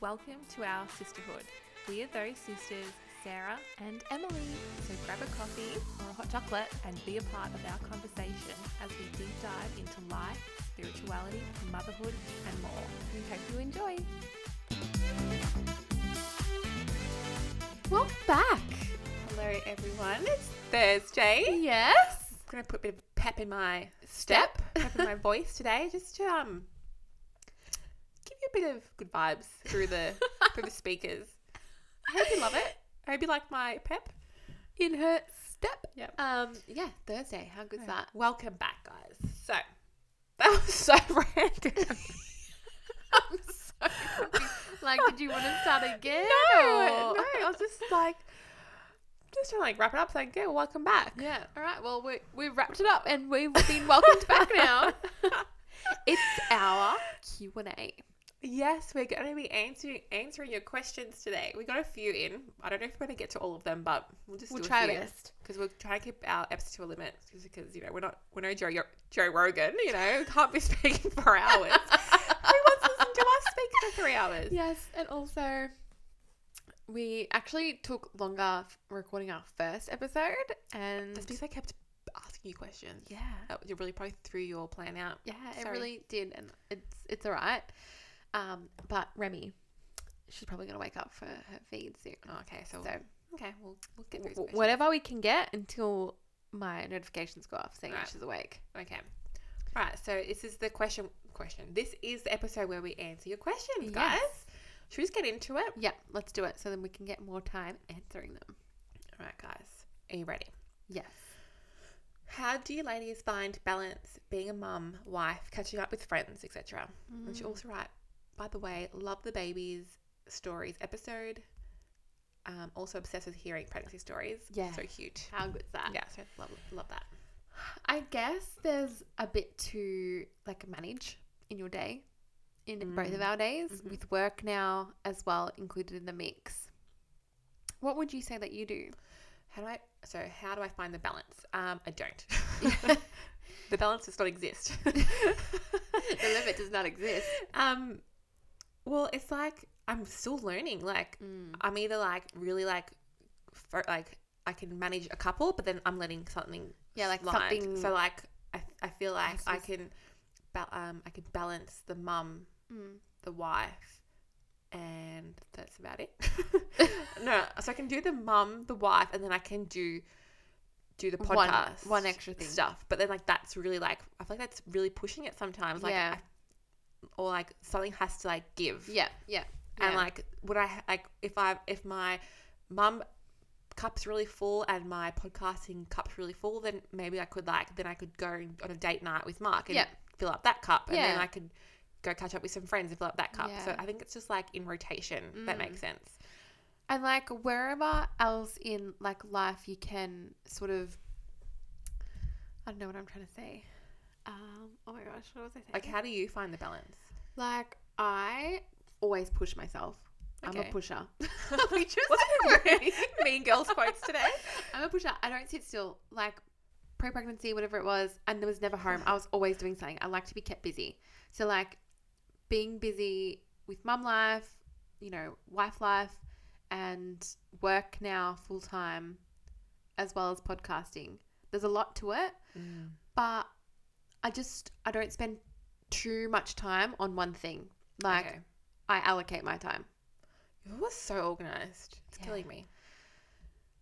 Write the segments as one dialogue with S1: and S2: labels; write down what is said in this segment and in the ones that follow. S1: Welcome to our sisterhood. We are those sisters, Sarah and Emily. So grab a coffee or a hot chocolate and be a part of our conversation as we deep dive into life, spirituality, motherhood, and more. We hope you enjoy. Welcome back.
S2: Hello, everyone. It's Thursday.
S1: Yes.
S2: I'm gonna put a bit of pep in my step, pep in my voice today, just to um give you a bit of good vibes through the through the speakers. I hope you love it. I hope you like my pep.
S1: In her step.
S2: Yep.
S1: Um, yeah.
S2: Thursday. How good's
S1: Right.
S2: that? Welcome back, guys. So that was so random.
S1: I'm so confused. Like, did you want to start again?
S2: No,
S1: or-
S2: no. I was just like, just trying to like wrap it up. So like, yeah, welcome back.
S1: Yeah. All right. Well, we we wrapped it up, and we've been welcomed back now. it's our Q and A.
S2: Yes, we're going to be answering answering your questions today. We got a few in. I don't know if we're going to get to all of them, but we'll just
S1: We'll
S2: do
S1: try
S2: a
S1: our
S2: few
S1: best.
S2: because we'll try to keep our episodes to a limit just because you know we're not we're no Joe Joe Rogan. You know, we can't be speaking for hours. Who wants to listen to us speak for three hours?
S1: Yes, and also we actually took longer f- recording our first episode, and
S2: That's because I kept asking you questions.
S1: yeah,
S2: That you really probably threw your plan out.
S1: yeah, it
S2: Sorry.
S1: really did, and it's it's all right. Um, but Remy, she's probably gonna wake up for her feed soon.
S2: Oh, okay, so,
S1: So
S2: okay, we'll we'll get through.
S1: w-
S2: these
S1: whatever we can get until my notifications go off saying
S2: Right.
S1: she's awake.
S2: questions. Okay. All right. So this is the question. Question. This is the episode where we answer your questions,
S1: Yes.
S2: guys. Should we just get into it?
S1: Yeah, let's do it so then we can get more time answering them.
S2: All right, guys, are you ready?
S1: Yes.
S2: How do you ladies find balance being a mum, wife, catching up with friends, etc.? And
S1: Mm. Hmm.
S2: she also write, by the way, love the babies stories episode. Um, also obsessed with hearing pregnancy stories.
S1: Yeah.
S2: so cute.
S1: How good's that?
S2: Yeah, so love love that.
S1: I guess there's a bit to like manage in your day, in both of our days,
S2: Mhm.
S1: with work now as well included in the mix. What would you say that you do?
S2: How do I? So how do I find the balance? Um, I don't. the balance does not exist.
S1: the limit does not exist.
S2: um, well, it's like I'm still learning. Like
S1: Mm.
S2: I'm either like really like, for, like I can manage a couple, but then I'm letting something
S1: Yeah, like
S2: slide.
S1: something-
S2: So like I, I feel like
S1: This
S2: I
S1: is-
S2: can, ba- um, I can balance the mum,
S1: Mm.
S2: the wife, and that's about it. no, so I can do the mum, the wife, and then I can do do the
S1: One-
S2: podcast,
S1: one extra thing.
S2: stuff. But then like that's really like I feel like that's really pushing it sometimes. Like
S1: Yeah.
S2: I- or like something has to like give
S1: Yeah, yeah.
S2: and
S1: yeah.
S2: like would i ha- like if i if my mum cup's really full and my podcasting cup's really full then maybe i could like then i could go on a date night with mark and
S1: Yeah.
S2: fill up that cup and then
S1: Yeah.
S2: i could go catch up with some friends and fill up that cup so
S1: Yeah. Mm.
S2: i think it's just like in rotation that makes sense
S1: And like wherever else in like life you can sort of I don't know what I'm trying to say. Um, oh my gosh, what was I saying?
S2: like how do you find the balance
S1: Like I always push myself. I'm a
S2: Okay.
S1: pusher.
S2: we
S1: just-
S2: mean girls quotes today
S1: I'm a pusher. I don't sit still. Like pre-pregnancy, whatever it was, and there was never home. I was always doing something. I like to be kept busy. So like being busy with mum life, you know, wife life, and work now full time, as well as podcasting. There's a lot to it, Mm. but I just I don't spend too much time on one thing. Like
S2: okay
S1: I allocate my time.
S2: you was so organized it's
S1: Yeah.
S2: killing me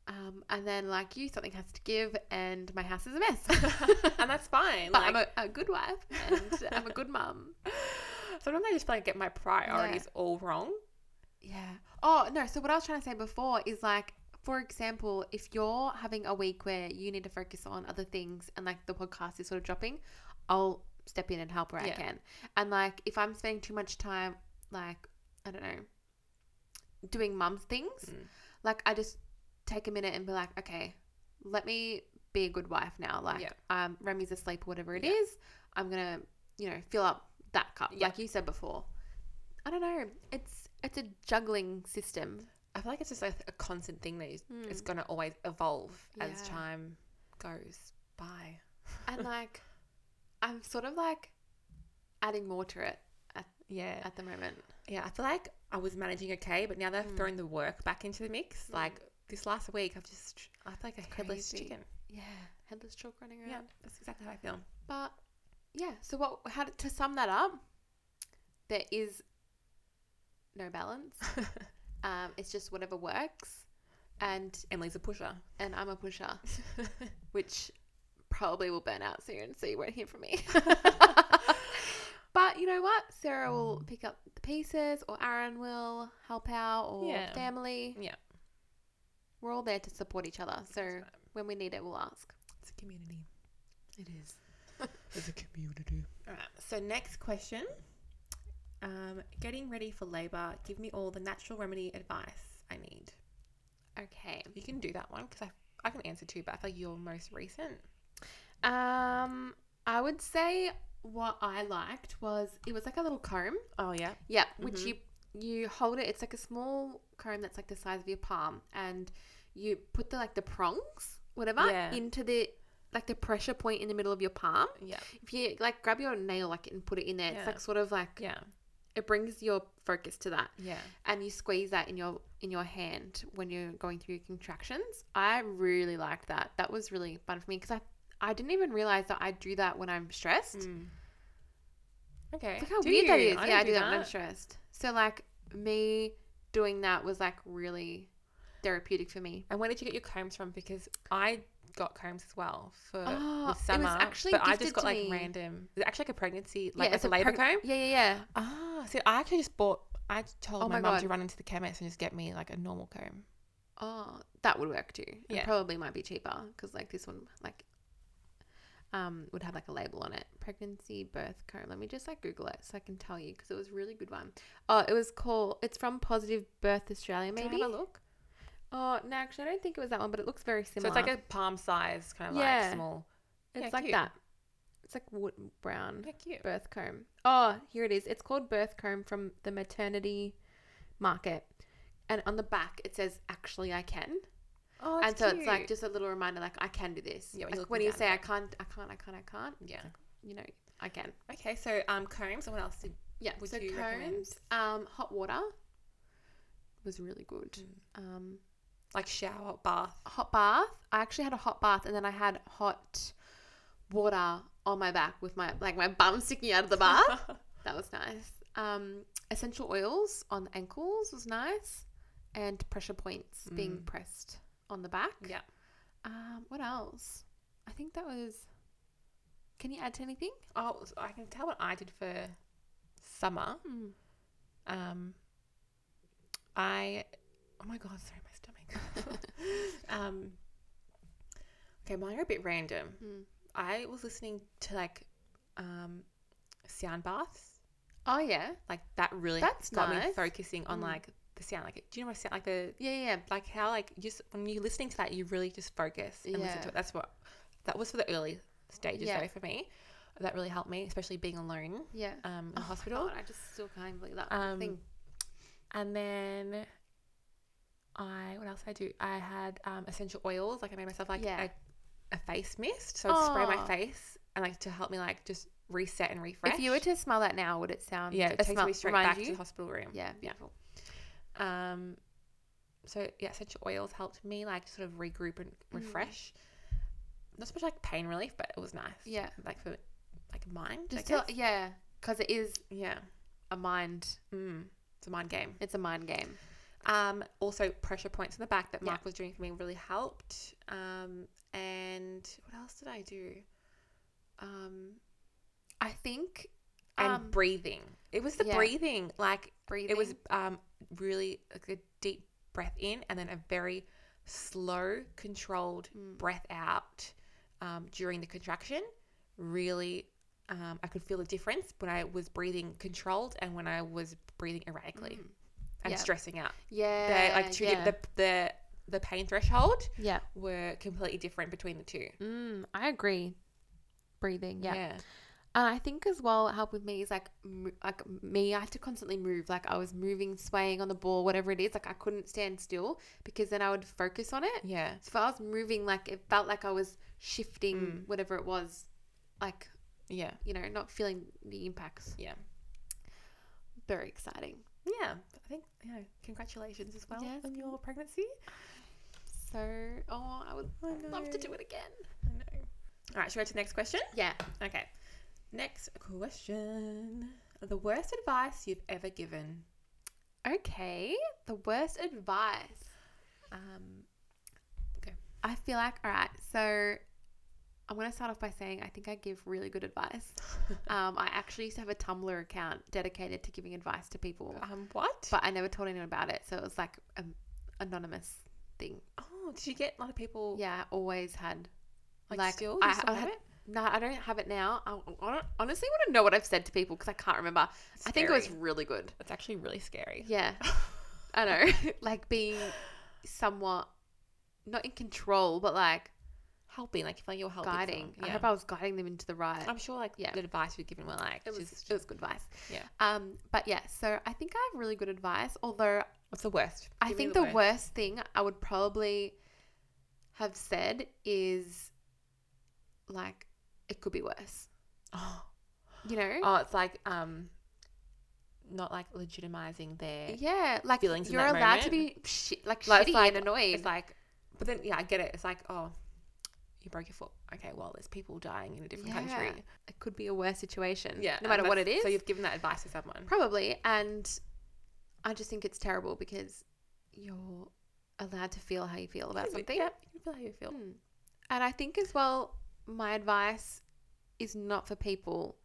S1: Um, and then, like you, something has to give, and my house is a mess.
S2: and that's fine
S1: but
S2: like,
S1: I'm a, a good wife, and I'm a good mum.
S2: sometimes i just like get my priorities all wrong
S1: Yeah. Oh no. So what I was trying to say before is like, for example, if you're having a week where you need to focus on other things, and like the podcast is sort of dropping, I'll step in and help where I
S2: Yeah.
S1: can. And like, if I'm spending too much time, like I don't know, doing mum's things,
S2: Mm.
S1: like I just take a minute and be like, okay, let me be a good wife now. Like,
S2: Yeah.
S1: um, Remy's asleep, whatever it
S2: Yeah.
S1: is, I'm gonna, you know, fill up that cup,
S2: Yeah.
S1: like you said before. I don't know. It's it's a juggling system.
S2: I feel like it's just like a constant thing that is,
S1: Hmm.
S2: it's going to always evolve as
S1: Mm. Yeah.
S2: time goes by.
S1: and like, I'm sort of like adding more to it at,
S2: Yeah.
S1: at the moment.
S2: Yeah, I feel like I was managing okay, but now that I've
S1: Mm.
S2: thrown the work back into the mix,
S1: Mm.
S2: like this last week, I've just, I feel like a headless
S1: crazy.
S2: chicken.
S1: Yeah, headless chalk running around.
S2: Yeah, that's exactly how I feel.
S1: But yeah, so what? How to, to sum that up? There is no balance. Um, it's just whatever works, and
S2: Emily's a pusher.
S1: and I'm a pusher, which probably will burn out soon, so you won't hear from me. but you know what? Sarah will pick up the pieces, or Aaron will help out, or
S2: Yeah.
S1: family.
S2: Yeah.
S1: We're all there to support each other. So when we need it, we'll ask.
S2: it's a community.
S1: It is.
S2: It's a community. All right. So next question. Um, getting ready for labor. Give me all the natural remedy advice I need.
S1: Okay.
S2: You can do that one because I I can answer two, but I feel like you're most recent.
S1: Um, I would say what I liked was it was like a little comb.
S2: Oh yeah.
S1: Yeah, which
S2: Mhm.
S1: you you hold it. It's like a small comb that's like the size of your palm, and you put the like the prongs, whatever,
S2: Yeah.
S1: into the like the pressure point in the middle of your palm.
S2: Yeah.
S1: If you like grab your nail like and put it in there,
S2: Yeah.
S1: it's like sort of like
S2: Yeah.
S1: it brings your focus to that,
S2: Yeah.
S1: and you squeeze that in your in your hand when you're going through your contractions. I really liked that. That was really fun for me because I I didn't even realize that I do that when I'm stressed.
S2: Mm. Okay.
S1: Look how
S2: Do
S1: weird that
S2: you?
S1: is.
S2: I
S1: yeah, I
S2: don't
S1: do that, when I'm stressed. So like me doing that was like really therapeutic for me.
S2: And where did you get your combs from? Because I got combs as well for
S1: Oh,
S2: with
S1: it was
S2: summer,
S1: actually
S2: but I
S1: gifted
S2: just got
S1: to
S2: like
S1: me.
S2: random. Is it actually like a pregnancy, like, like
S1: it's
S2: a, labor
S1: preg-
S2: comb?
S1: Yeah, yeah, yeah.
S2: Ah, so I actually just bought. I told
S1: Oh
S2: my,
S1: my
S2: mum
S1: God.
S2: to run into the chemist and just get me like a normal comb.
S1: Oh, that would work too.
S2: Yeah.
S1: It probably might be cheaper because like this one like um would have like a label on it. Pregnancy birth comb. Let me just like Google it so I can tell you because it was a really good one. Oh, it was called. It's from Positive Birth Australia.
S2: Can I
S1: Maybe.
S2: have a look.
S1: Oh no, actually, I don't think it was that one, but it looks very similar.
S2: So it's like a palm size kind of like
S1: Yeah.
S2: small.
S1: It's
S2: yeah,
S1: like
S2: cute.
S1: that. It's like wood brown.
S2: Yeah, cute.
S1: birth comb. Oh, here it is. It's called birth comb from the maternity market. And on the back it says actually I can.
S2: Oh,
S1: and so it's like just a little reminder like I can do this.
S2: Yeah, when
S1: like
S2: you're
S1: when
S2: looking
S1: you
S2: down
S1: say
S2: at
S1: I can't I can't I can't I can't,
S2: yeah.
S1: you know, I can.
S2: Okay, so um, combs. and What else did?
S1: Yeah.
S2: Would
S1: so
S2: you
S1: combs,
S2: recommend?
S1: um hot water was really good. Um
S2: Like shower, bath.
S1: hot bath. I actually had a hot bath and then I had hot water on my back with my like my bum sticking out of the bath. That was nice. Um, essential oils on the ankles was nice, and pressure points being
S2: Mm.
S1: pressed on the back.
S2: yeah.
S1: Um, what else? I think that was. Can you add to anything?
S2: Oh, so I can tell what I did for summer. Um, I oh my god, sorry, my stomach. um, okay, mine are a bit random.
S1: Mm.
S2: I was listening to like um, sound baths,
S1: Oh yeah,
S2: like that really
S1: That's
S2: got me
S1: nice.
S2: focusing on
S1: Mm.
S2: like the sound. Like, do you know what sound like the
S1: yeah, yeah.
S2: like how like you just when you're listening to that, you really just focus and listen
S1: Yeah.
S2: to it. That's what that was for the early stages
S1: Yeah.
S2: though for me. That really helped me, especially being alone
S1: yeah.
S2: um, in
S1: Oh
S2: the
S1: my
S2: hospital.
S1: God, I just still can't believe that
S2: Um,
S1: thing.
S2: And then I what else did I do? I had um, essential oils. Like I made myself like
S1: Yeah.
S2: a, a face mist. So I'd spray my
S1: Aw.
S2: face and like to help me like just reset and refresh.
S1: If you were to smell that now, would it sound?
S2: yeah,
S1: uh,
S2: it takes
S1: smell-
S2: me straight
S1: remind
S2: back
S1: you?
S2: to the hospital room.
S1: Yeah,
S2: yeah.
S1: beautiful.
S2: Um, so yeah, essential oils helped me like sort of regroup and
S1: Mm.
S2: refresh. Not so much like pain relief, but it was nice.
S1: Yeah.
S2: like for like mine.
S1: Just tell, yeah, because it is
S2: yeah.
S1: a mind.
S2: Mm. It's a mind game.
S1: It's a mind game.
S2: Um, also, pressure points in the back that
S1: Yeah.
S2: Mark was doing for me really helped. Um, and what else did I do? Um,
S1: I think.
S2: and
S1: um,
S2: breathing. It was the
S1: yeah.
S2: breathing. Like
S1: breathing.
S2: it was um, really like a deep breath in and then a very slow, controlled
S1: Mm.
S2: breath out um, during the contraction. Really, um, I could feel the difference when I was breathing controlled and when I was breathing erratically
S1: Mm.
S2: and
S1: Yeah.
S2: stressing out.
S1: Yeah.
S2: They like two
S1: yeah.
S2: yeah. the the the pain threshold
S1: yeah.
S2: were completely different between the two.
S1: Mm, I agree. Breathing, yeah. And I think as well, what helped with me is like, m- like me, I had to constantly move. Like I was moving, swaying on the ball, whatever it is. Like I couldn't stand still because then I would focus on it.
S2: yeah,
S1: So if I was moving, like it felt like I was shifting
S2: Mm.
S1: whatever it was, like
S2: yeah,
S1: you know, not feeling the impacts.
S2: yeah.
S1: very exciting.
S2: Yeah, I think you know, congratulations as well
S1: Yes.
S2: on your pregnancy.
S1: So, oh, I would
S2: I
S1: love to
S2: know.
S1: do it again.
S2: I know. All right, should we go to the next question?
S1: Yeah.
S2: Okay. Next question. The worst advice you've ever given.
S1: Okay. The worst advice.
S2: Um,
S1: I feel like, all right, so I'm going to start off by saying I think I give really good advice. Um, I actually used to have a Tumblr account dedicated to giving advice to people,
S2: um, what?
S1: but I never told anyone about it. So it was like an anonymous thing.
S2: oh, did you get a lot of people?
S1: Yeah, I always had.
S2: like,
S1: like,
S2: still. You
S1: I-
S2: still
S1: I
S2: have
S1: had-
S2: it?
S1: No, I don't have it now. I, I don't- honestly want to know what I've said to people because I can't remember. I think it was
S2: Scary.
S1: really good.
S2: That's actually really scary.
S1: Yeah, I know. like being somewhat not in control, but like
S2: helping, like if like you're helping.
S1: guiding.
S2: someone,
S1: I
S2: Yeah. Um,
S1: hope I was guiding them into the right.
S2: I'm sure like
S1: Yeah.
S2: the advice you've given were like
S1: it was
S2: just
S1: it was good advice.
S2: Yeah.
S1: Um. But yeah. So I think I have really good advice. Although
S2: what's the worst?
S1: I
S2: Give me
S1: think the worst thing I would probably have said is like it could be worse.
S2: Oh,
S1: You know.
S2: oh, it's like um, not like legitimizing their.
S1: Yeah, like
S2: feelings in
S1: you're
S2: that
S1: allowed to be
S2: moment.
S1: shi like,
S2: Like, it's
S1: shitty
S2: like-
S1: and annoyed.
S2: It's like, but then yeah, I get it. It's like oh, you broke your foot. Okay, well there's people dying in a different
S1: Yeah.
S2: country.
S1: it could be a worse situation.
S2: Yeah,
S1: no matter
S2: and
S1: what it
S2: that's-
S1: is,
S2: So you've given that advice to someone.
S1: probably. And I just think it's terrible because you're allowed to feel how you feel about
S2: Yeah,
S1: something.
S2: Yeah, you feel how you feel.
S1: Mm. And I think as well, my advice is not for people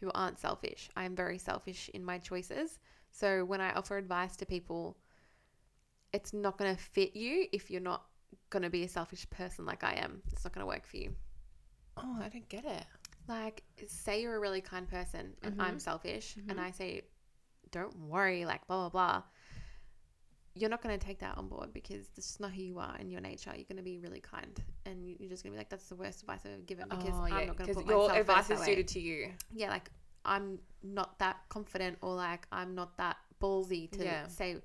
S1: who aren't selfish. I am very selfish in my choices. So when I offer advice to people, it's not going to fit you if you're not going to be a selfish person like I am. It's not going to work for you.
S2: Oh, I don't get it.
S1: like say you're a really kind person and
S2: Mhm.
S1: I'm selfish
S2: Mhm.
S1: and I say don't worry like blah blah blah you're not going to take that on board because this is not who you are in your nature you're going to be really kind and you- you're just going to be like that's the worst advice I've ever given because
S2: oh,
S1: I'm
S2: yeah,
S1: not going to
S2: because
S1: put
S2: your
S1: myself
S2: advice
S1: advice
S2: is
S1: that
S2: suited
S1: way.
S2: to you.
S1: yeah like I'm not that confident or like I'm not that ballsy to
S2: Yeah.
S1: say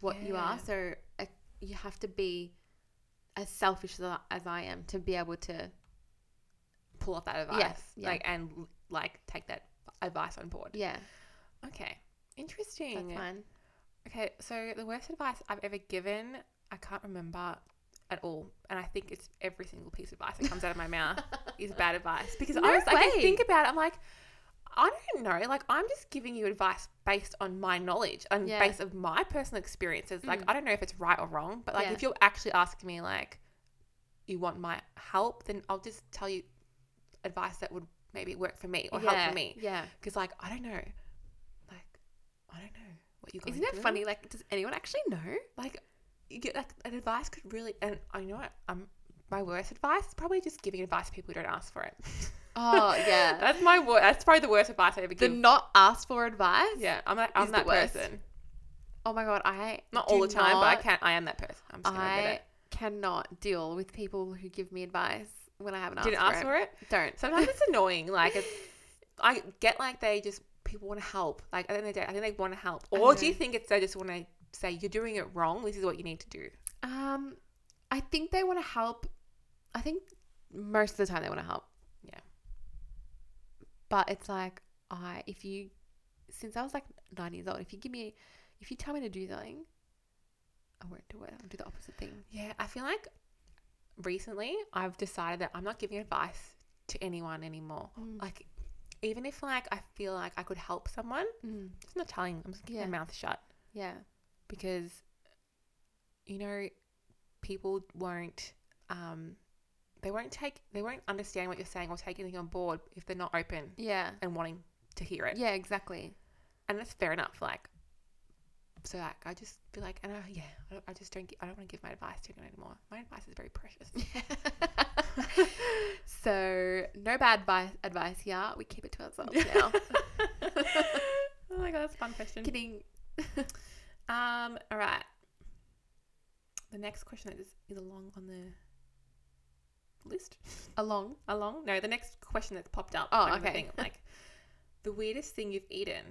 S1: what you are
S2: Yeah.
S1: so uh, you have to be as selfish as I- as I am to be able to
S2: Pull off that advice.
S1: yeah.
S2: Like and like take that advice on board.
S1: yeah
S2: Okay.
S1: that's
S2: Interesting.
S1: fine
S2: Okay, so the worst advice I've ever given, I can't remember at all. And I think it's every single piece of advice that comes out of my mouth is bad advice. Because
S1: No
S2: I was like, I
S1: way.
S2: think about it, I'm like, I don't know. Like, I'm just giving you advice based on my knowledge and
S1: Yeah.
S2: based of my personal experiences. Like,
S1: Mm.
S2: I don't know if it's right or wrong, but like,
S1: Yeah.
S2: if you're actually asking me, like, you want my help, then I'll just tell you advice that would maybe work for me or help
S1: Yeah,
S2: for me.
S1: yeah
S2: Because, like, I don't know. Like, I don't know what you're going
S1: Isn't it
S2: through.
S1: funny? Like, does anyone actually know?
S2: like you get like an advice could really and I know what I'm my worst advice is probably just giving advice to people who don't ask for it.
S1: Oh yeah,
S2: that's my worst. That's probably the worst advice I ever
S1: the
S2: give.
S1: not ask for advice.
S2: yeah, I'm that, I'm
S1: is the
S2: that
S1: worst.
S2: person.
S1: Oh my god, I
S2: Not
S1: do
S2: all the time, but I
S1: not-
S2: can. I am that person. I'm just gonna admit
S1: I
S2: it.
S1: cannot deal with people who give me advice when I haven't asked,
S2: Didn't ask
S1: for,
S2: for it.
S1: it. Don't.
S2: Sometimes it's annoying. Like it's, I get like they just people want to help. Like at the end of the day, I think they want to help.
S1: I
S2: Or do you
S1: know.
S2: think it's they just want to say you're doing it wrong? This is what you need to do.
S1: Um, I think they want to help. I think most of the time they want to help.
S2: Yeah.
S1: But it's like I, if you, since I was like nine years old, if you give me, if you tell me to do something, I won't do it. I'll do the opposite thing.
S2: Yeah, I feel like recently I've decided that I'm not giving advice to anyone anymore.
S1: Mm.
S2: Like, even if like I feel like I could help someone,
S1: Mm.
S2: just not telling. them. I'm just keeping
S1: Yeah.
S2: my mouth shut
S1: Yeah.
S2: because, you know, people won't. Um, they won't take. They won't understand what you're saying or take anything on board if they're not open
S1: Yeah.
S2: and wanting to hear it.
S1: Yeah. Exactly.
S2: And that's fair enough. Like. So like I just feel like and I, yeah I, don't, I just don't gi- I don't want to give my advice to anyone anymore. My advice is very precious.
S1: so no bad advice, advice here. We keep it to ourselves now.
S2: oh my god, that's a fun question.
S1: Kidding.
S2: Um, all right. The next question that is, is along on the list.
S1: Along.
S2: Along? No, the next question that's popped up.
S1: Oh,
S2: like, on the
S1: okay.
S2: thing, like the weirdest thing you've eaten.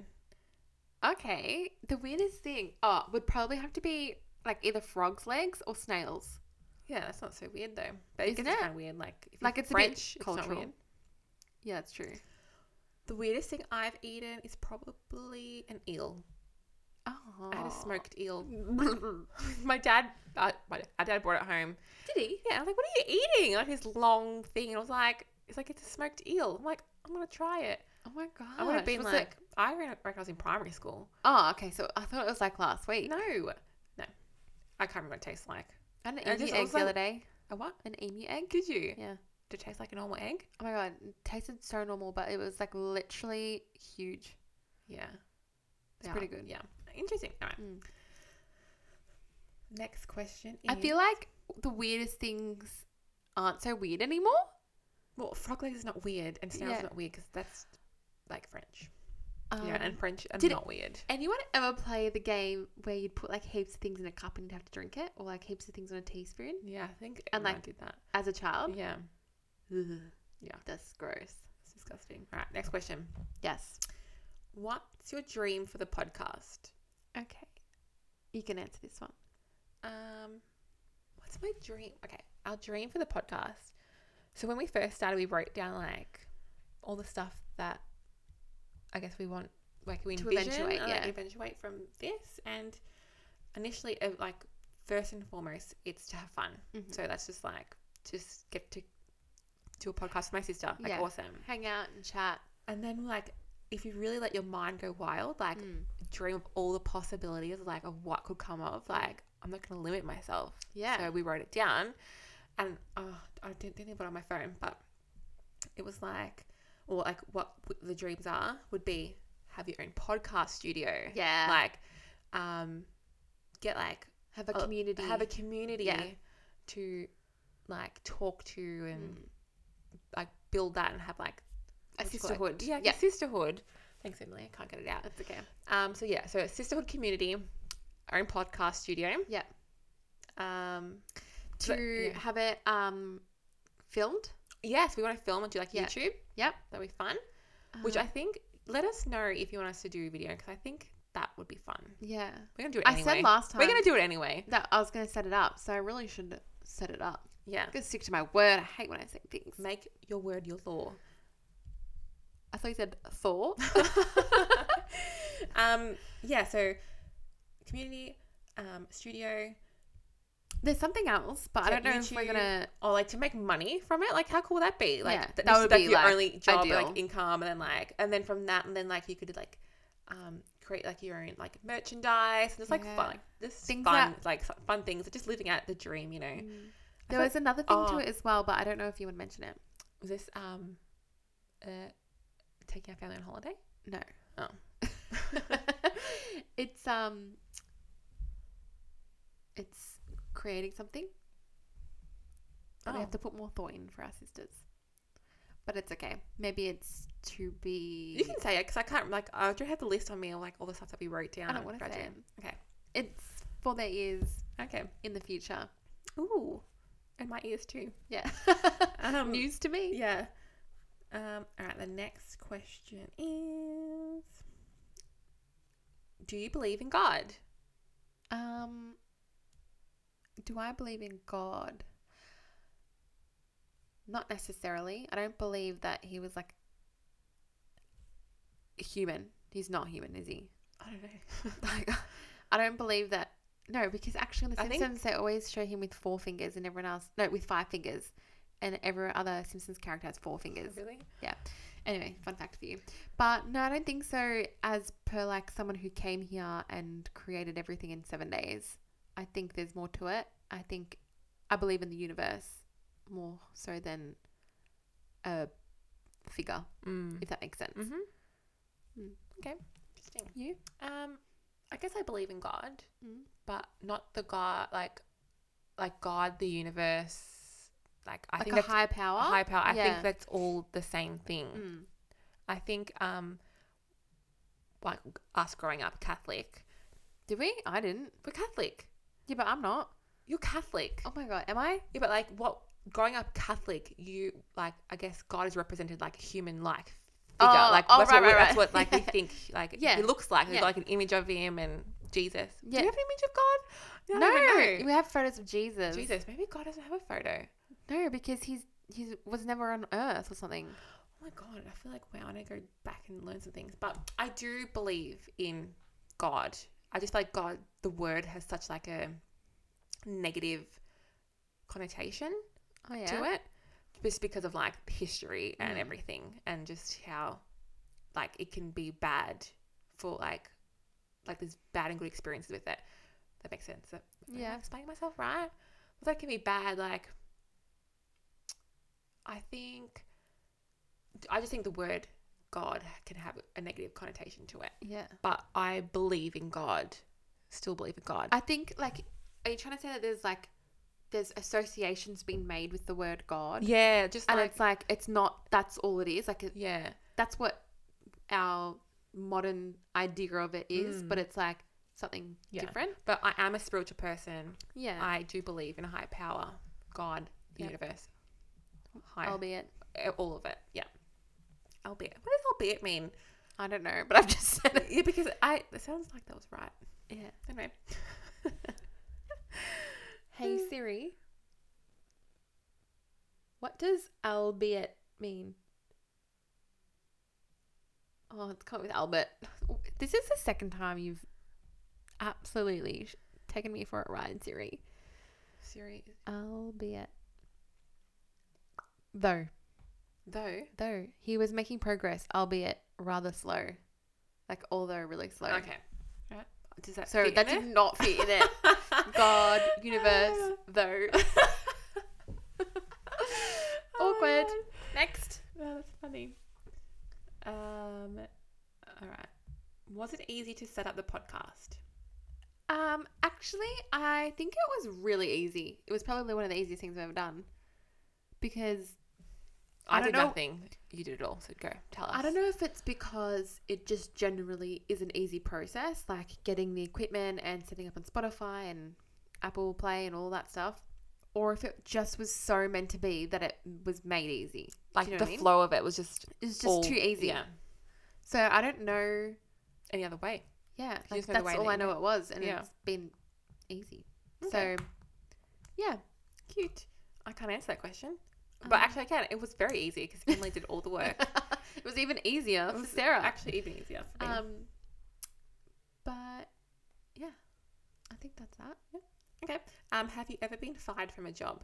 S1: Okay. The weirdest thing. Oh, would probably have to be like either frog's legs or snails.
S2: Yeah, that's not so weird though. But
S1: Isn't
S2: it's
S1: it?
S2: kind of weird. Like, if
S1: Like,
S2: you're
S1: it's a bit
S2: French, it's not
S1: cultural.
S2: weird.
S1: Yeah, that's true.
S2: The weirdest thing I've eaten is probably an eel.
S1: Oh.
S2: I had a smoked eel. my dad, uh, my, our dad brought it home.
S1: Did he?
S2: Yeah, I was like, "What are you eating?" Like this long thing, and I was like, "It's like it's a smoked eel." I'm like, "I'm gonna try it."
S1: Oh my god.
S2: I would have been
S1: Was
S2: like,
S1: it-
S2: I reckon I was in primary school.
S1: oh, okay. So I thought it was like last week.
S2: No, no, I can't remember what it tastes like.
S1: I had an
S2: I
S1: emu
S2: just- I
S1: egg
S2: was
S1: the
S2: like-
S1: other day.
S2: A what?
S1: An emu egg.
S2: Did you?
S1: Yeah.
S2: Did it taste like a normal egg?
S1: Oh my god. It tasted so normal, but it was like literally huge.
S2: Yeah,
S1: It's pretty good.
S2: Yeah, interesting. All right.
S1: Mm.
S2: Next question.
S1: I feel like the weirdest things aren't so weird anymore.
S2: well, frog legs is not weird, and snails
S1: Yeah.
S2: is not weird because that's like French.
S1: Um,
S2: yeah, and French are
S1: did it-
S2: not weird.
S1: Anyone ever play the game where you'd put like heaps of things in a cup and you'd have to drink it, or like heaps of things on a teaspoon
S2: Yeah, I think
S1: And,
S2: everyone
S1: like,
S2: did that.
S1: as a child?
S2: Yeah,
S1: yeah, that's gross.
S2: it's disgusting. All right, next question.
S1: Yes.
S2: What's your dream for the podcast?
S1: Okay. You can answer this one.
S2: Um, what's my dream? Okay, our dream for the podcast. So when we first started, we wrote down like all the stuff that I guess we want, like we
S1: To
S2: envision,
S1: eventuate,
S2: uh, like,
S1: yeah.
S2: eventuate from this. And initially, uh, like first and foremost, it's to have fun.
S1: Mhm.
S2: So that's just like just get to do a podcast with my sister, like
S1: Yeah.
S2: awesome.
S1: Hang out and chat.
S2: And then like if you really let your mind go wild, like
S1: Mm.
S2: dream of all the possibilities like of what could come of like i'm not going to limit myself
S1: Yeah.
S2: so we wrote it down and oh, i didn't, didn't even put it on my phone but it was like or like what w- the dreams are would be have your own podcast studio
S1: Yeah.
S2: like um get like
S1: have a
S2: uh,
S1: community.
S2: have a community
S1: Yeah.
S2: to like talk to and
S1: Mm.
S2: like build that and have like
S1: a
S2: what do you call it?
S1: sisterhood.
S2: yeah, like a
S1: yeah.
S2: sisterhood thanks emily i can't get it out
S1: That's okay.
S2: um, so yeah, so it's sisterhood community, our own podcast studio.
S1: Yeah.
S2: Um,
S1: To
S2: yeah.
S1: have it um filmed.
S2: yes, we want to film and do like
S1: Yeah.
S2: YouTube.
S1: Yep.
S2: That'd be fun. Which
S1: Uh,
S2: I think. Let us know if you want us to do video because I think that would be fun.
S1: yeah.
S2: We're gonna do it.
S1: I
S2: anyway.
S1: said last time
S2: We're gonna do it anyway.
S1: that I was gonna set it up, so I really should set it up.
S2: Yeah.
S1: I'm gonna stick to my word. I hate when I say things.
S2: Make your word your law.
S1: I thought you said four.
S2: um, yeah. So community, um, studio,
S1: There's something else, but I
S2: Yeah,
S1: don't know if we're
S2: YouTube.
S1: gonna.
S2: or like to make money from it. Like, how cool would that be? Like,
S1: Yeah,
S2: th- this
S1: that
S2: is,
S1: would
S2: like,
S1: be,
S2: your
S1: like,
S2: only job,
S1: ideal.
S2: like income, and then like, and then from that, and then like you could like, um, create like your own like merchandise and just like
S1: Yeah.
S2: fun, like just
S1: Things
S2: fun, like s- fun things, just living out the dream, you know.
S1: Mm. There was another thing
S2: oh.
S1: to it as well, but I don't know if you would mention it.
S2: Was this um, uh, taking our family on holiday?
S1: No.
S2: Oh.
S1: it's um. It's creating something. But I have
S2: Oh.
S1: to put more thought in for our sisters. But it's okay. Maybe it's to be.
S2: You can say it because I can't like I do have the list on me of like all the stuff that we wrote down.
S1: I don't want to say.
S2: Ah, graduate.
S1: it.
S2: Okay.
S1: It's for their ears
S2: Okay.
S1: in the future.
S2: Ooh, and my ears too.
S1: Yeah.
S2: Um,
S1: News to me.
S2: Yeah. Um, all right, the next question is Do you believe in God?
S1: Um, do I believe in God? Not necessarily. I don't believe that he was like human. He's not human, is he?
S2: I don't know.
S1: Like, I don't believe that. No, because actually, on the
S2: I think-
S1: Simpsons, they always show him with four fingers, and everyone else no, with five fingers, and every other Simpsons character has four fingers.
S2: really?
S1: Anyway, fun fact for you. But no, I don't think so. As per like someone who came here and created everything in seven days, I think there's more to it. I think I believe in the universe more so than a figure,
S2: Mm.
S1: if that makes sense.
S2: hmm
S1: Mm.
S2: Okay. Interesting.
S1: You?
S2: Um, I guess I believe in God,
S1: Mm.
S2: but not the God like like God, the universe. Like I
S1: like
S2: think
S1: a
S2: that's
S1: higher power.
S2: high power. I
S1: Yeah.
S2: think that's all the same thing.
S1: Mm.
S2: I think um like us growing up Catholic.
S1: Did we? I didn't.
S2: We're Catholic.
S1: Yeah, but I'm not.
S2: You're Catholic.
S1: Oh my god, am I?
S2: Yeah, but like what growing up Catholic, you like I guess God is represented like human like figure.
S1: Oh,
S2: like
S1: oh,
S2: that's,
S1: right,
S2: what we,
S1: right,
S2: that's
S1: right.
S2: what like we
S1: Yeah.
S2: think like
S1: Yeah.
S2: he looks like. We've
S1: Yeah.
S2: got like an image of him and Jesus. Do
S1: Yeah.
S2: you have an image of God?
S1: no,
S2: I don't even
S1: we have photos of
S2: know.
S1: Jesus.
S2: Jesus, maybe God doesn't have a photo.
S1: No, because he's he was never on Earth or something.
S2: Oh my god, I feel like wow, I need to go back and learn some things. But I do believe in God. I just feel like God, the word has such like a negative connotation
S1: Oh yeah.
S2: to it, just because of like history and
S1: Mm.
S2: everything, and just how like it can be bad for like like there's bad and good experiences with it. That makes sense. Am
S1: Yeah.
S2: I explaining myself right? Well, that can be bad. Like, I think I just think the word God can have a negative connotation to it,
S1: Yeah.
S2: but I believe in God. Still believe in God.
S1: I think like are you trying to say that there's like there's associations being made with the word God?
S2: yeah, just
S1: And
S2: like
S1: it's like it's not that's all it is. Like it,
S2: yeah.
S1: that's what our modern idea of it is,
S2: Mm.
S1: but it's like something
S2: Yeah.
S1: different.
S2: But I am a spiritual person.
S1: Yeah.
S2: I do believe in a higher power, God, the
S1: Yep.
S2: universe, higher,
S1: albeit.
S2: all of it. Yeah. Albeit. What does albeit mean?
S1: I don't know, but I've just said it.
S2: yeah, because I. It sounds like that was right.
S1: Yeah.
S2: Anyway.
S1: Hey
S2: Hmm.
S1: Siri. What does albeit mean? Oh, it's caught with Albert. This is the second time you've absolutely sh- taken me for a ride, Siri.
S2: Siri.
S1: Albeit. Though,
S2: Though.
S1: though, he was making progress, albeit rather slow. Like, although really slow.
S2: Okay. Right. Does that
S1: So
S2: fit
S1: that
S2: in there?
S1: did not fit in it. God, universe, though.
S2: Oh my
S1: Awkward.
S2: God.
S1: Next.
S2: No, that's funny. Um, all right. Was it easy to set up the podcast?
S1: Um, actually, I think it was really easy. It was probably one of the easiest things I've ever done because I
S2: I,
S1: don't
S2: did
S1: know-
S2: nothing. You did it all. So go tell us.
S1: I don't know if it's because it just generally is an easy process, like getting the equipment and setting up on Spotify and Apple Play and all that stuff, or if it just was so meant to be that it was made easy.
S2: Like
S1: Do you know
S2: the
S1: what I mean?
S2: flow of it was just
S1: It's just
S2: all-
S1: too easy.
S2: Yeah.
S1: So I don't know.
S2: Any other way?
S1: Yeah,
S2: You
S1: like
S2: just know the
S1: that's
S2: way
S1: all
S2: that
S1: I
S2: you
S1: know it was, and
S2: Yeah.
S1: it's been easy.
S2: Okay.
S1: So, yeah,
S2: Cute. I can't answer that question, but
S1: Um.
S2: actually I can. It was very easy because Emily did all the work.
S1: it was even easier
S2: It
S1: for
S2: was
S1: Sarah.
S2: Actually, even easier. For me.
S1: Um, but yeah, I think that's that.
S2: um, have you ever been fired from a job?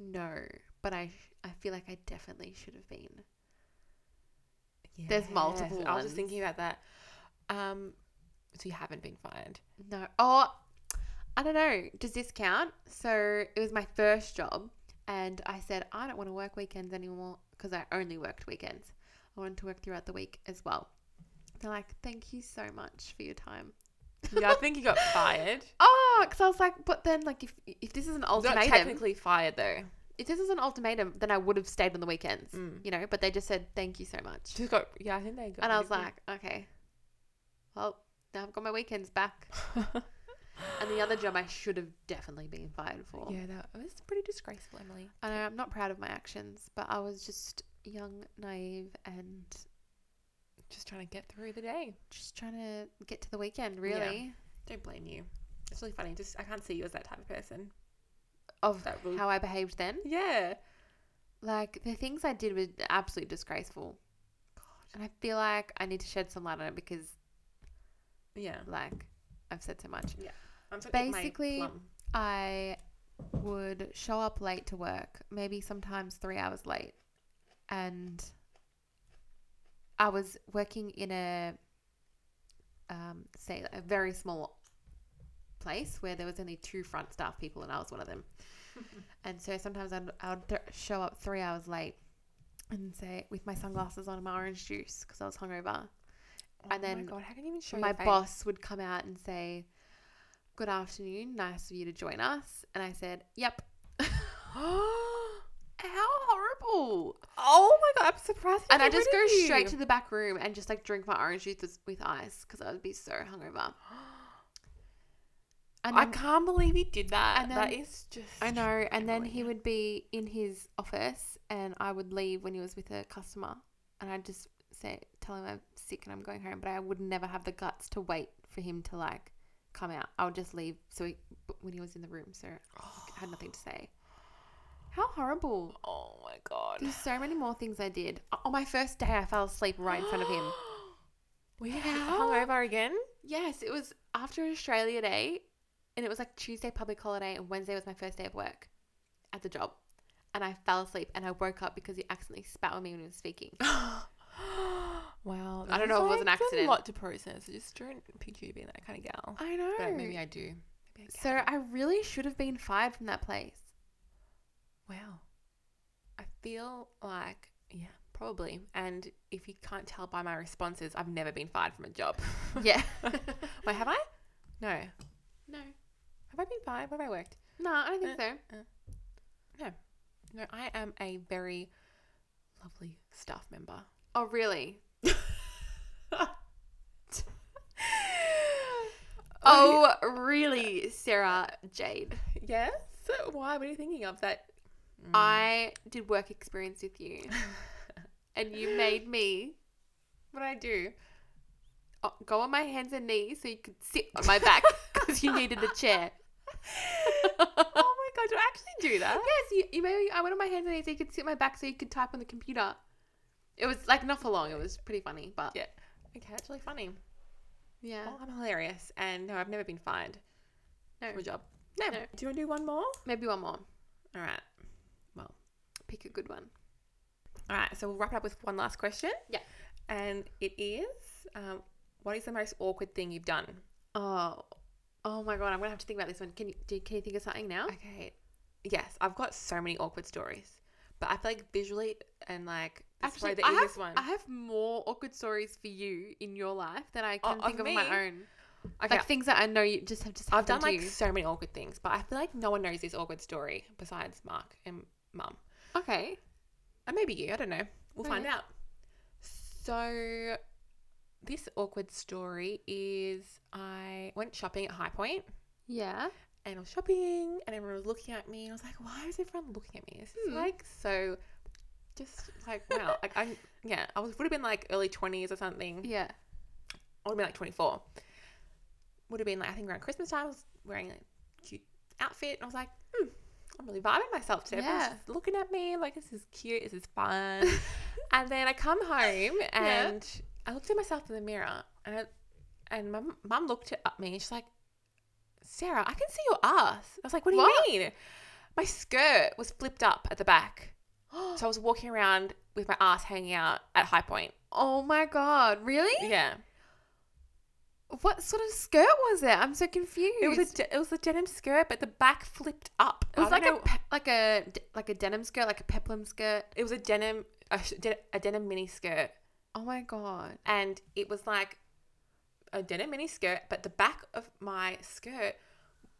S1: No, but I sh- I feel like I definitely should have been. There's multiple
S2: I was just
S1: ones.
S2: thinking about that. Um, so you haven't been fired.
S1: No, oh, I don't know. Does this count? So it was my first job, and I said I don't want to work weekends anymore because I only worked weekends. I wanted to work throughout the week as well. They're like, thank you so much for your time.
S2: yeah, I think you got fired.
S1: Oh, because I was like, but then like if if this is an
S2: Not
S1: ultimatum,
S2: technically fired though.
S1: if this is an ultimatum, then I would have stayed on the weekends.
S2: Mm.
S1: you know, but they just said, thank you so much.
S2: Just got yeah. I think they got.
S1: And I
S2: rid
S1: was
S2: of you.
S1: like, okay, well, now I've got my weekends back. And the other job I should have definitely been fired for.
S2: yeah, that was pretty disgraceful, Emily.
S1: I know I'm not proud of my actions, but I was just young, naive, and
S2: Just trying to get through the day.
S1: just trying to get to the weekend, really,
S2: Don't blame you. It's really funny. Just I can't see you as that type of person.
S1: of
S2: That will-
S1: how I behaved then.
S2: Yeah.
S1: Like, the things I did were absolutely disgraceful. And I feel like I need to shed some light on it because,
S2: Yeah.
S1: like, I've said so much.
S2: I'm trying
S1: Basically- I would show up late to work, maybe sometimes three hours late. And I was working in a, um, say, a very small place where there was only two front staff people, and I was one of them. and so sometimes I'd, I'd th- show up three hours late and say, with my sunglasses on and my orange juice because I was hungover and then
S2: oh my God, how can you even show
S1: my
S2: your face?
S1: boss would come out and say, Good afternoon, nice of you to join us. And I said, Yep. How horrible.
S2: oh my God, I'm surprised.
S1: And I just go straight to the back room and just like drink my orange juice with- with ice because I would be so hungover. And
S2: I
S1: then-
S2: can't believe he did that.
S1: and
S2: that
S1: then-
S2: is just.
S1: I know. And then he
S2: Emily.
S1: would be in his office and I would leave when he was with a customer. And I'd just say, tell him I'm sick and I'm going home. But I would never have the guts to wait for him to like come out. I would just leave. So he, when he was in the room, so I had nothing to say. How horrible.
S2: Oh my god.
S1: There's so many more things I did. O- On my first day, I fell asleep right in front of him.
S2: we
S1: How?
S2: hung over again.
S1: Yes, it was after Australia Day, and it was like Tuesday public holiday, and Wednesday was my first day of work at the job. And I fell asleep, and I woke up because he accidentally spat on me when he was speaking.
S2: wow.
S1: I don't
S2: that
S1: know if it was an
S2: that's
S1: accident.
S2: A lot to process. I just don't picture you being that kind of gal.
S1: I know.
S2: But maybe I do. Maybe I
S1: so
S2: can.
S1: I really should have been fired from that place.
S2: Wow. I feel like, yeah, probably. And if you can't tell by my responses, I've never been fired from a job.
S1: Yeah.
S2: Wait, have I? No. Have
S1: no. Uh,
S2: I been fired? Where have I worked?
S1: No, I don't think so.
S2: No, I am a very lovely staff member.
S1: Oh, really?
S2: Oh,
S1: Oh, Mm. really, Sarah Jade?
S2: yes? Why? What are you thinking of that?
S1: I did work experience with you, and you made me
S2: what I do?
S1: uh, go on my hands and knees so you could sit on my back because you needed a chair.
S2: Oh my god, do I actually do that?
S1: Yes, you, you made me. I went on my hands and knees so you could sit on my back so you could type on the computer. It was like not for long. It was pretty funny, but
S2: Yeah. Okay, that's really funny.
S1: yeah.
S2: Oh, I'm hilarious. And no, I've never been fired
S1: No.
S2: from a job. No.
S1: No.
S2: Do you want to do one more?
S1: Maybe one more.
S2: All right.
S1: Pick a good one.
S2: All right. So we'll wrap it up with one last question.
S1: Yeah.
S2: And it is um, what is the most awkward thing you've done?
S1: Oh, oh my god! I'm gonna have to think about this one. Can you do, can you think of something now?
S2: Okay. Yes, I've got so many awkward stories, but I feel like visually and like that's probably the
S1: I
S2: easiest
S1: have,
S2: one.
S1: I have more awkward stories for you in your life than I
S2: Oh,
S1: can
S2: of
S1: think of, on my
S2: me?
S1: own.
S2: okay.
S1: Like things that I know you just have just
S2: I've
S1: happened
S2: done
S1: to
S2: like
S1: you.
S2: so many awkward things, but I feel like no one knows this awkward story besides Mark and Mum.
S1: okay.
S2: And maybe you, I don't know. We'll find
S1: Okay.
S2: out. So, this awkward story is I went shopping at High Point
S1: Yeah.
S2: and I was shopping and everyone was looking at me and I was like, why is everyone looking at me? This is
S1: Hmm.
S2: like so, just like, wow. like, I'm, yeah, I was, would have been like early 20s or something.
S1: Yeah.
S2: I would have been like 24. Would have been like, I think around Christmas time, I was wearing a cute outfit. And I was like, hmm, I'm really vibing myself today. Everyone's
S1: Yeah.
S2: just looking at me like, this is cute, this is fun. and then I come home and I looked at myself in the mirror and, I, and my m- mum looked at me and she's like, Sarah, I can see your ass. I was like, what do
S1: What?
S2: you mean? My skirt was flipped up at the back. So I was walking around with my ass hanging out at High Point.
S1: oh my god! Really?
S2: Yeah.
S1: What sort of skirt was it? I'm so confused.
S2: It was a de- it was a denim skirt, but the back flipped up.
S1: It was
S2: I
S1: like
S2: don't
S1: a pe- like a d- like a denim skirt, like a peplum skirt.
S2: it was a denim a, sh- de- a denim mini skirt,
S1: Oh my god.
S2: and it was like a denim mini skirt, but the back of my skirt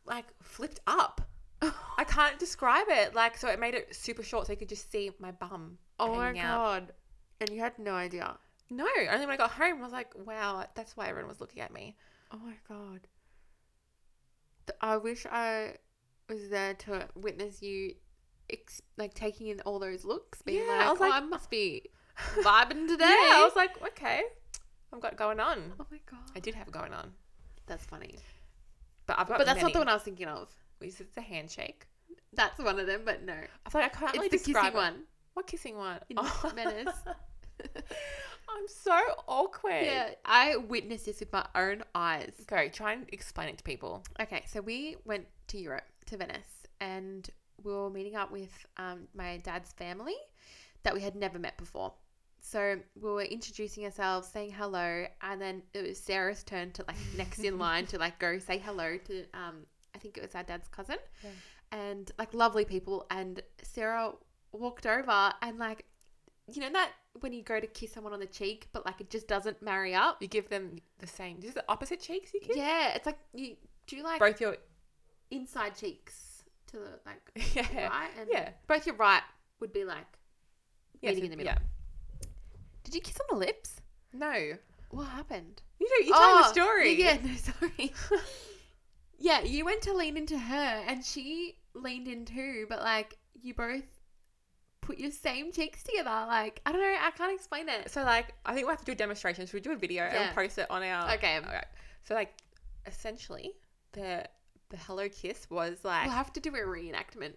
S2: like flipped up.
S1: Oh
S2: I can't describe it. Like so, it made it super short, so you could just see my bum.
S1: Oh my
S2: hanging out.
S1: god. And you had no idea.
S2: No, only when I got home, I was like, wow, that's why everyone was looking at me.
S1: Oh my god. Th- I wish I was there to witness you, ex- like taking in all those looks, being
S2: Yeah,
S1: like,
S2: I was
S1: "Oh,
S2: like-
S1: I must be vibing today."
S2: Yeah, I was like, okay, I've got it going on.
S1: oh my
S2: I
S1: god,
S2: did have it going on,
S1: that's funny.
S2: but I've got.
S1: But that's not the
S2: many.
S1: one I was thinking of.
S2: Is it the handshake?
S1: That's one of them, but no,
S2: I feel like I can't
S1: it's
S2: really
S1: the
S2: describe
S1: kissing
S2: it.
S1: one.
S2: What kissing one? Oh.
S1: In Menace.
S2: I'm so awkward.
S1: Yeah, I witnessed this with my own eyes.
S2: Go, try and explain it to people.
S1: Okay, so we went to Europe, to Venice, and we were meeting up with um, my dad's family that we had never met before. So we were introducing ourselves, saying hello, and then it was Sarah's turn to like next in line to like go say hello to um I think it was our dad's cousin,
S2: Yeah.
S1: and like lovely people. And Sarah walked over and like you know that when you go to kiss someone on the cheek, but like it just doesn't marry up.
S2: You give them the same. Is it the opposite cheeks you kiss?
S1: Yeah, it's like you do like
S2: Both your
S1: inside cheeks to the like
S2: yeah
S1: right and
S2: yeah
S1: both your right would be like
S2: yeah
S1: Meeting
S2: so-
S1: in the middle.
S2: Yeah.
S1: did you kiss on the lips
S2: No, you
S1: what happened
S2: do. You tell the
S1: Oh,
S2: story.
S1: yeah no sorry yeah you went to lean into her and she leaned in too but like you both put your same cheeks together like i don't know i can't explain it
S2: So like, I think we will have to do a demonstration. Should we do a video and
S1: Yeah.
S2: we'll post it on our?
S1: okay
S2: All right. So like, essentially, the the hello kiss was like.
S1: we'll have to do a reenactment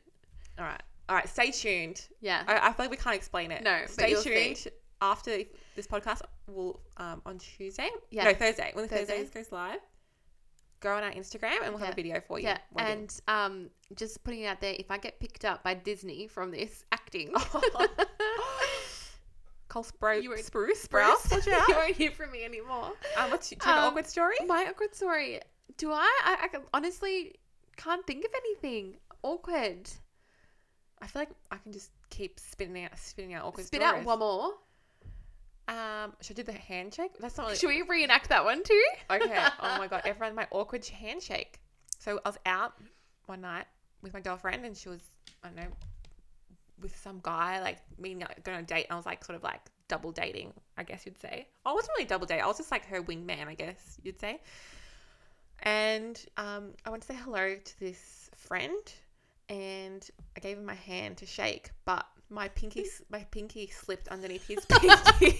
S2: All right. All right, stay tuned.
S1: Yeah.
S2: I, I feel like we can't explain it.
S1: No, but
S2: stay
S1: you'll
S2: tuned. After this podcast, will um, on Tuesday.
S1: Yeah.
S2: No, Thursday. When the
S1: Thursday.
S2: Thursdays goes live, go on our Instagram and we'll have
S1: Yeah.
S2: a video for you.
S1: Oh, yeah,
S2: waiting.
S1: and um, just putting it out there, if I get picked up by Disney from this acting,
S2: Cole Spro-
S1: You were-
S2: Spruce. Sprouse.
S1: Bruce,
S2: Watch
S1: you
S2: out.
S1: won't hear from me anymore.
S2: Um, what's, do you have an
S1: Um,
S2: awkward story?
S1: My awkward story. Do I? I, I can- honestly can't think of anything awkward.
S2: I feel like I can just keep spinning out, spinning out awkward
S1: Spit
S2: stories.
S1: out one more.
S2: Um, should I do the handshake? That's not really
S1: Should we reenact that one too?
S2: okay. Oh my god, everyone, my awkward handshake. So I was out one night with my girlfriend, and she was, I don't know, with some guy, like meeting, up, going on a date, and I was like, sort of like double dating, I guess you'd say. I wasn't really double date. I was just like her wingman, I guess you'd say. And um, I went to say hello to this friend, and I gave him my hand to shake, but my pinky, s- my pinky slipped underneath his pinky.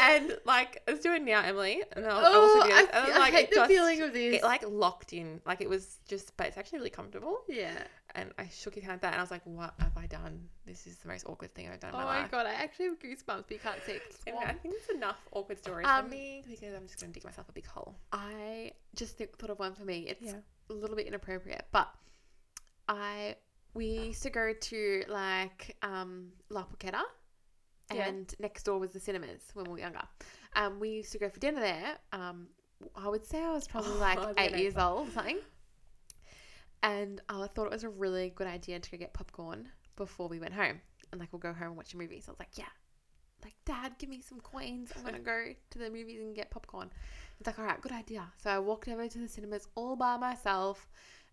S2: and like, let's do it now, Emily. And I'll,
S1: Oh,
S2: I'll also do this. And, like, it just-
S1: of
S2: It like locked in, like it was just, but it's actually really comfortable.
S1: yeah.
S2: And I shook his hand at that, and I was like, "What have I done? This is the most awkward thing I've done in
S1: Oh
S2: my
S1: my
S2: life."
S1: god, I actually have goosebumps, but you can't see. it 'cause it's
S2: Anyway, I
S1: warm.
S2: think it's enough awkward stories for
S1: Um,
S2: me because I'm just going to dig myself a big hole.
S1: I just think, thought of one for me. It's
S2: Yeah.
S1: a little bit inappropriate, but I we used to go to like um, La Porchetta,
S2: Yeah.
S1: and next door was the cinemas when we were younger. Um, we used to go for dinner there. Um, I would say I was probably
S2: Oh,
S1: like
S2: I get
S1: eight
S2: it.
S1: years old or something, and I thought it was a really good idea to go get popcorn before we went home, and like we'll go home and watch a movie. So I was like, yeah. Like, Dad, give me some coins. I'm gonna go to the movies and get popcorn. It's like, all right, good idea. So I walked over to the cinemas all by myself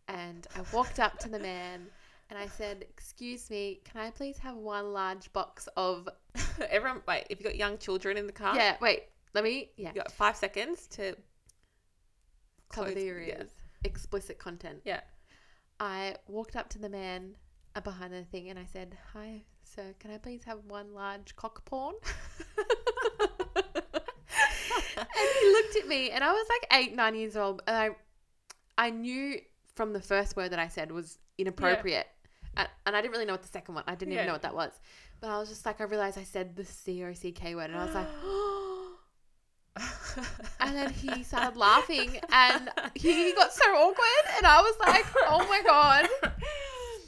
S1: and I walked up to the man and I said, Excuse me, can I please have one large box of.
S2: Everyone, wait, if you've got young children in the car,
S1: Yeah, wait, let me. Yeah,
S2: you've got five seconds to
S1: cover
S2: close-
S1: the
S2: yeah.
S1: areas. Explicit content.
S2: Yeah.
S1: I walked up to the man uh, behind the thing and I said, Hi, sir, can I please have one large cock porn? and he looked at me and I was like eight, nine years old and I I knew from the first word that I said was inappropriate. And, and I didn't really know what the second one I didn't
S2: Yeah.
S1: even know what that was. But I was just like I realized I said the C O C K word and I was like and then he started laughing and he got so awkward and I was like, Oh my god.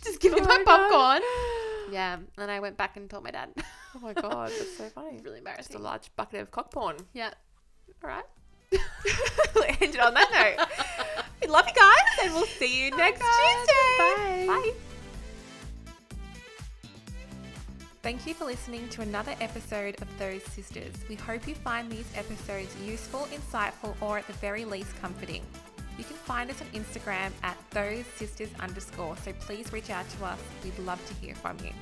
S1: Just give me
S2: Oh
S1: my,
S2: my God.
S1: popcorn. Yeah. And I went back and told my dad.
S2: Oh my god, that's so funny.
S1: It's really
S2: Just a
S1: embarrassing.
S2: large bucket of cock porn.
S1: Yeah.
S2: All right. we'll end it on that note. We love you guys, and we'll see you
S1: Oh my
S2: next
S1: God.
S2: Tuesday.
S1: Bye.
S2: Thank you for listening to another episode of Those Sisters. We hope you find these episodes useful, insightful, or at the very least comforting. You can find us on Instagram at those sisters underscore, so please reach out to us. We'd love to hear from you.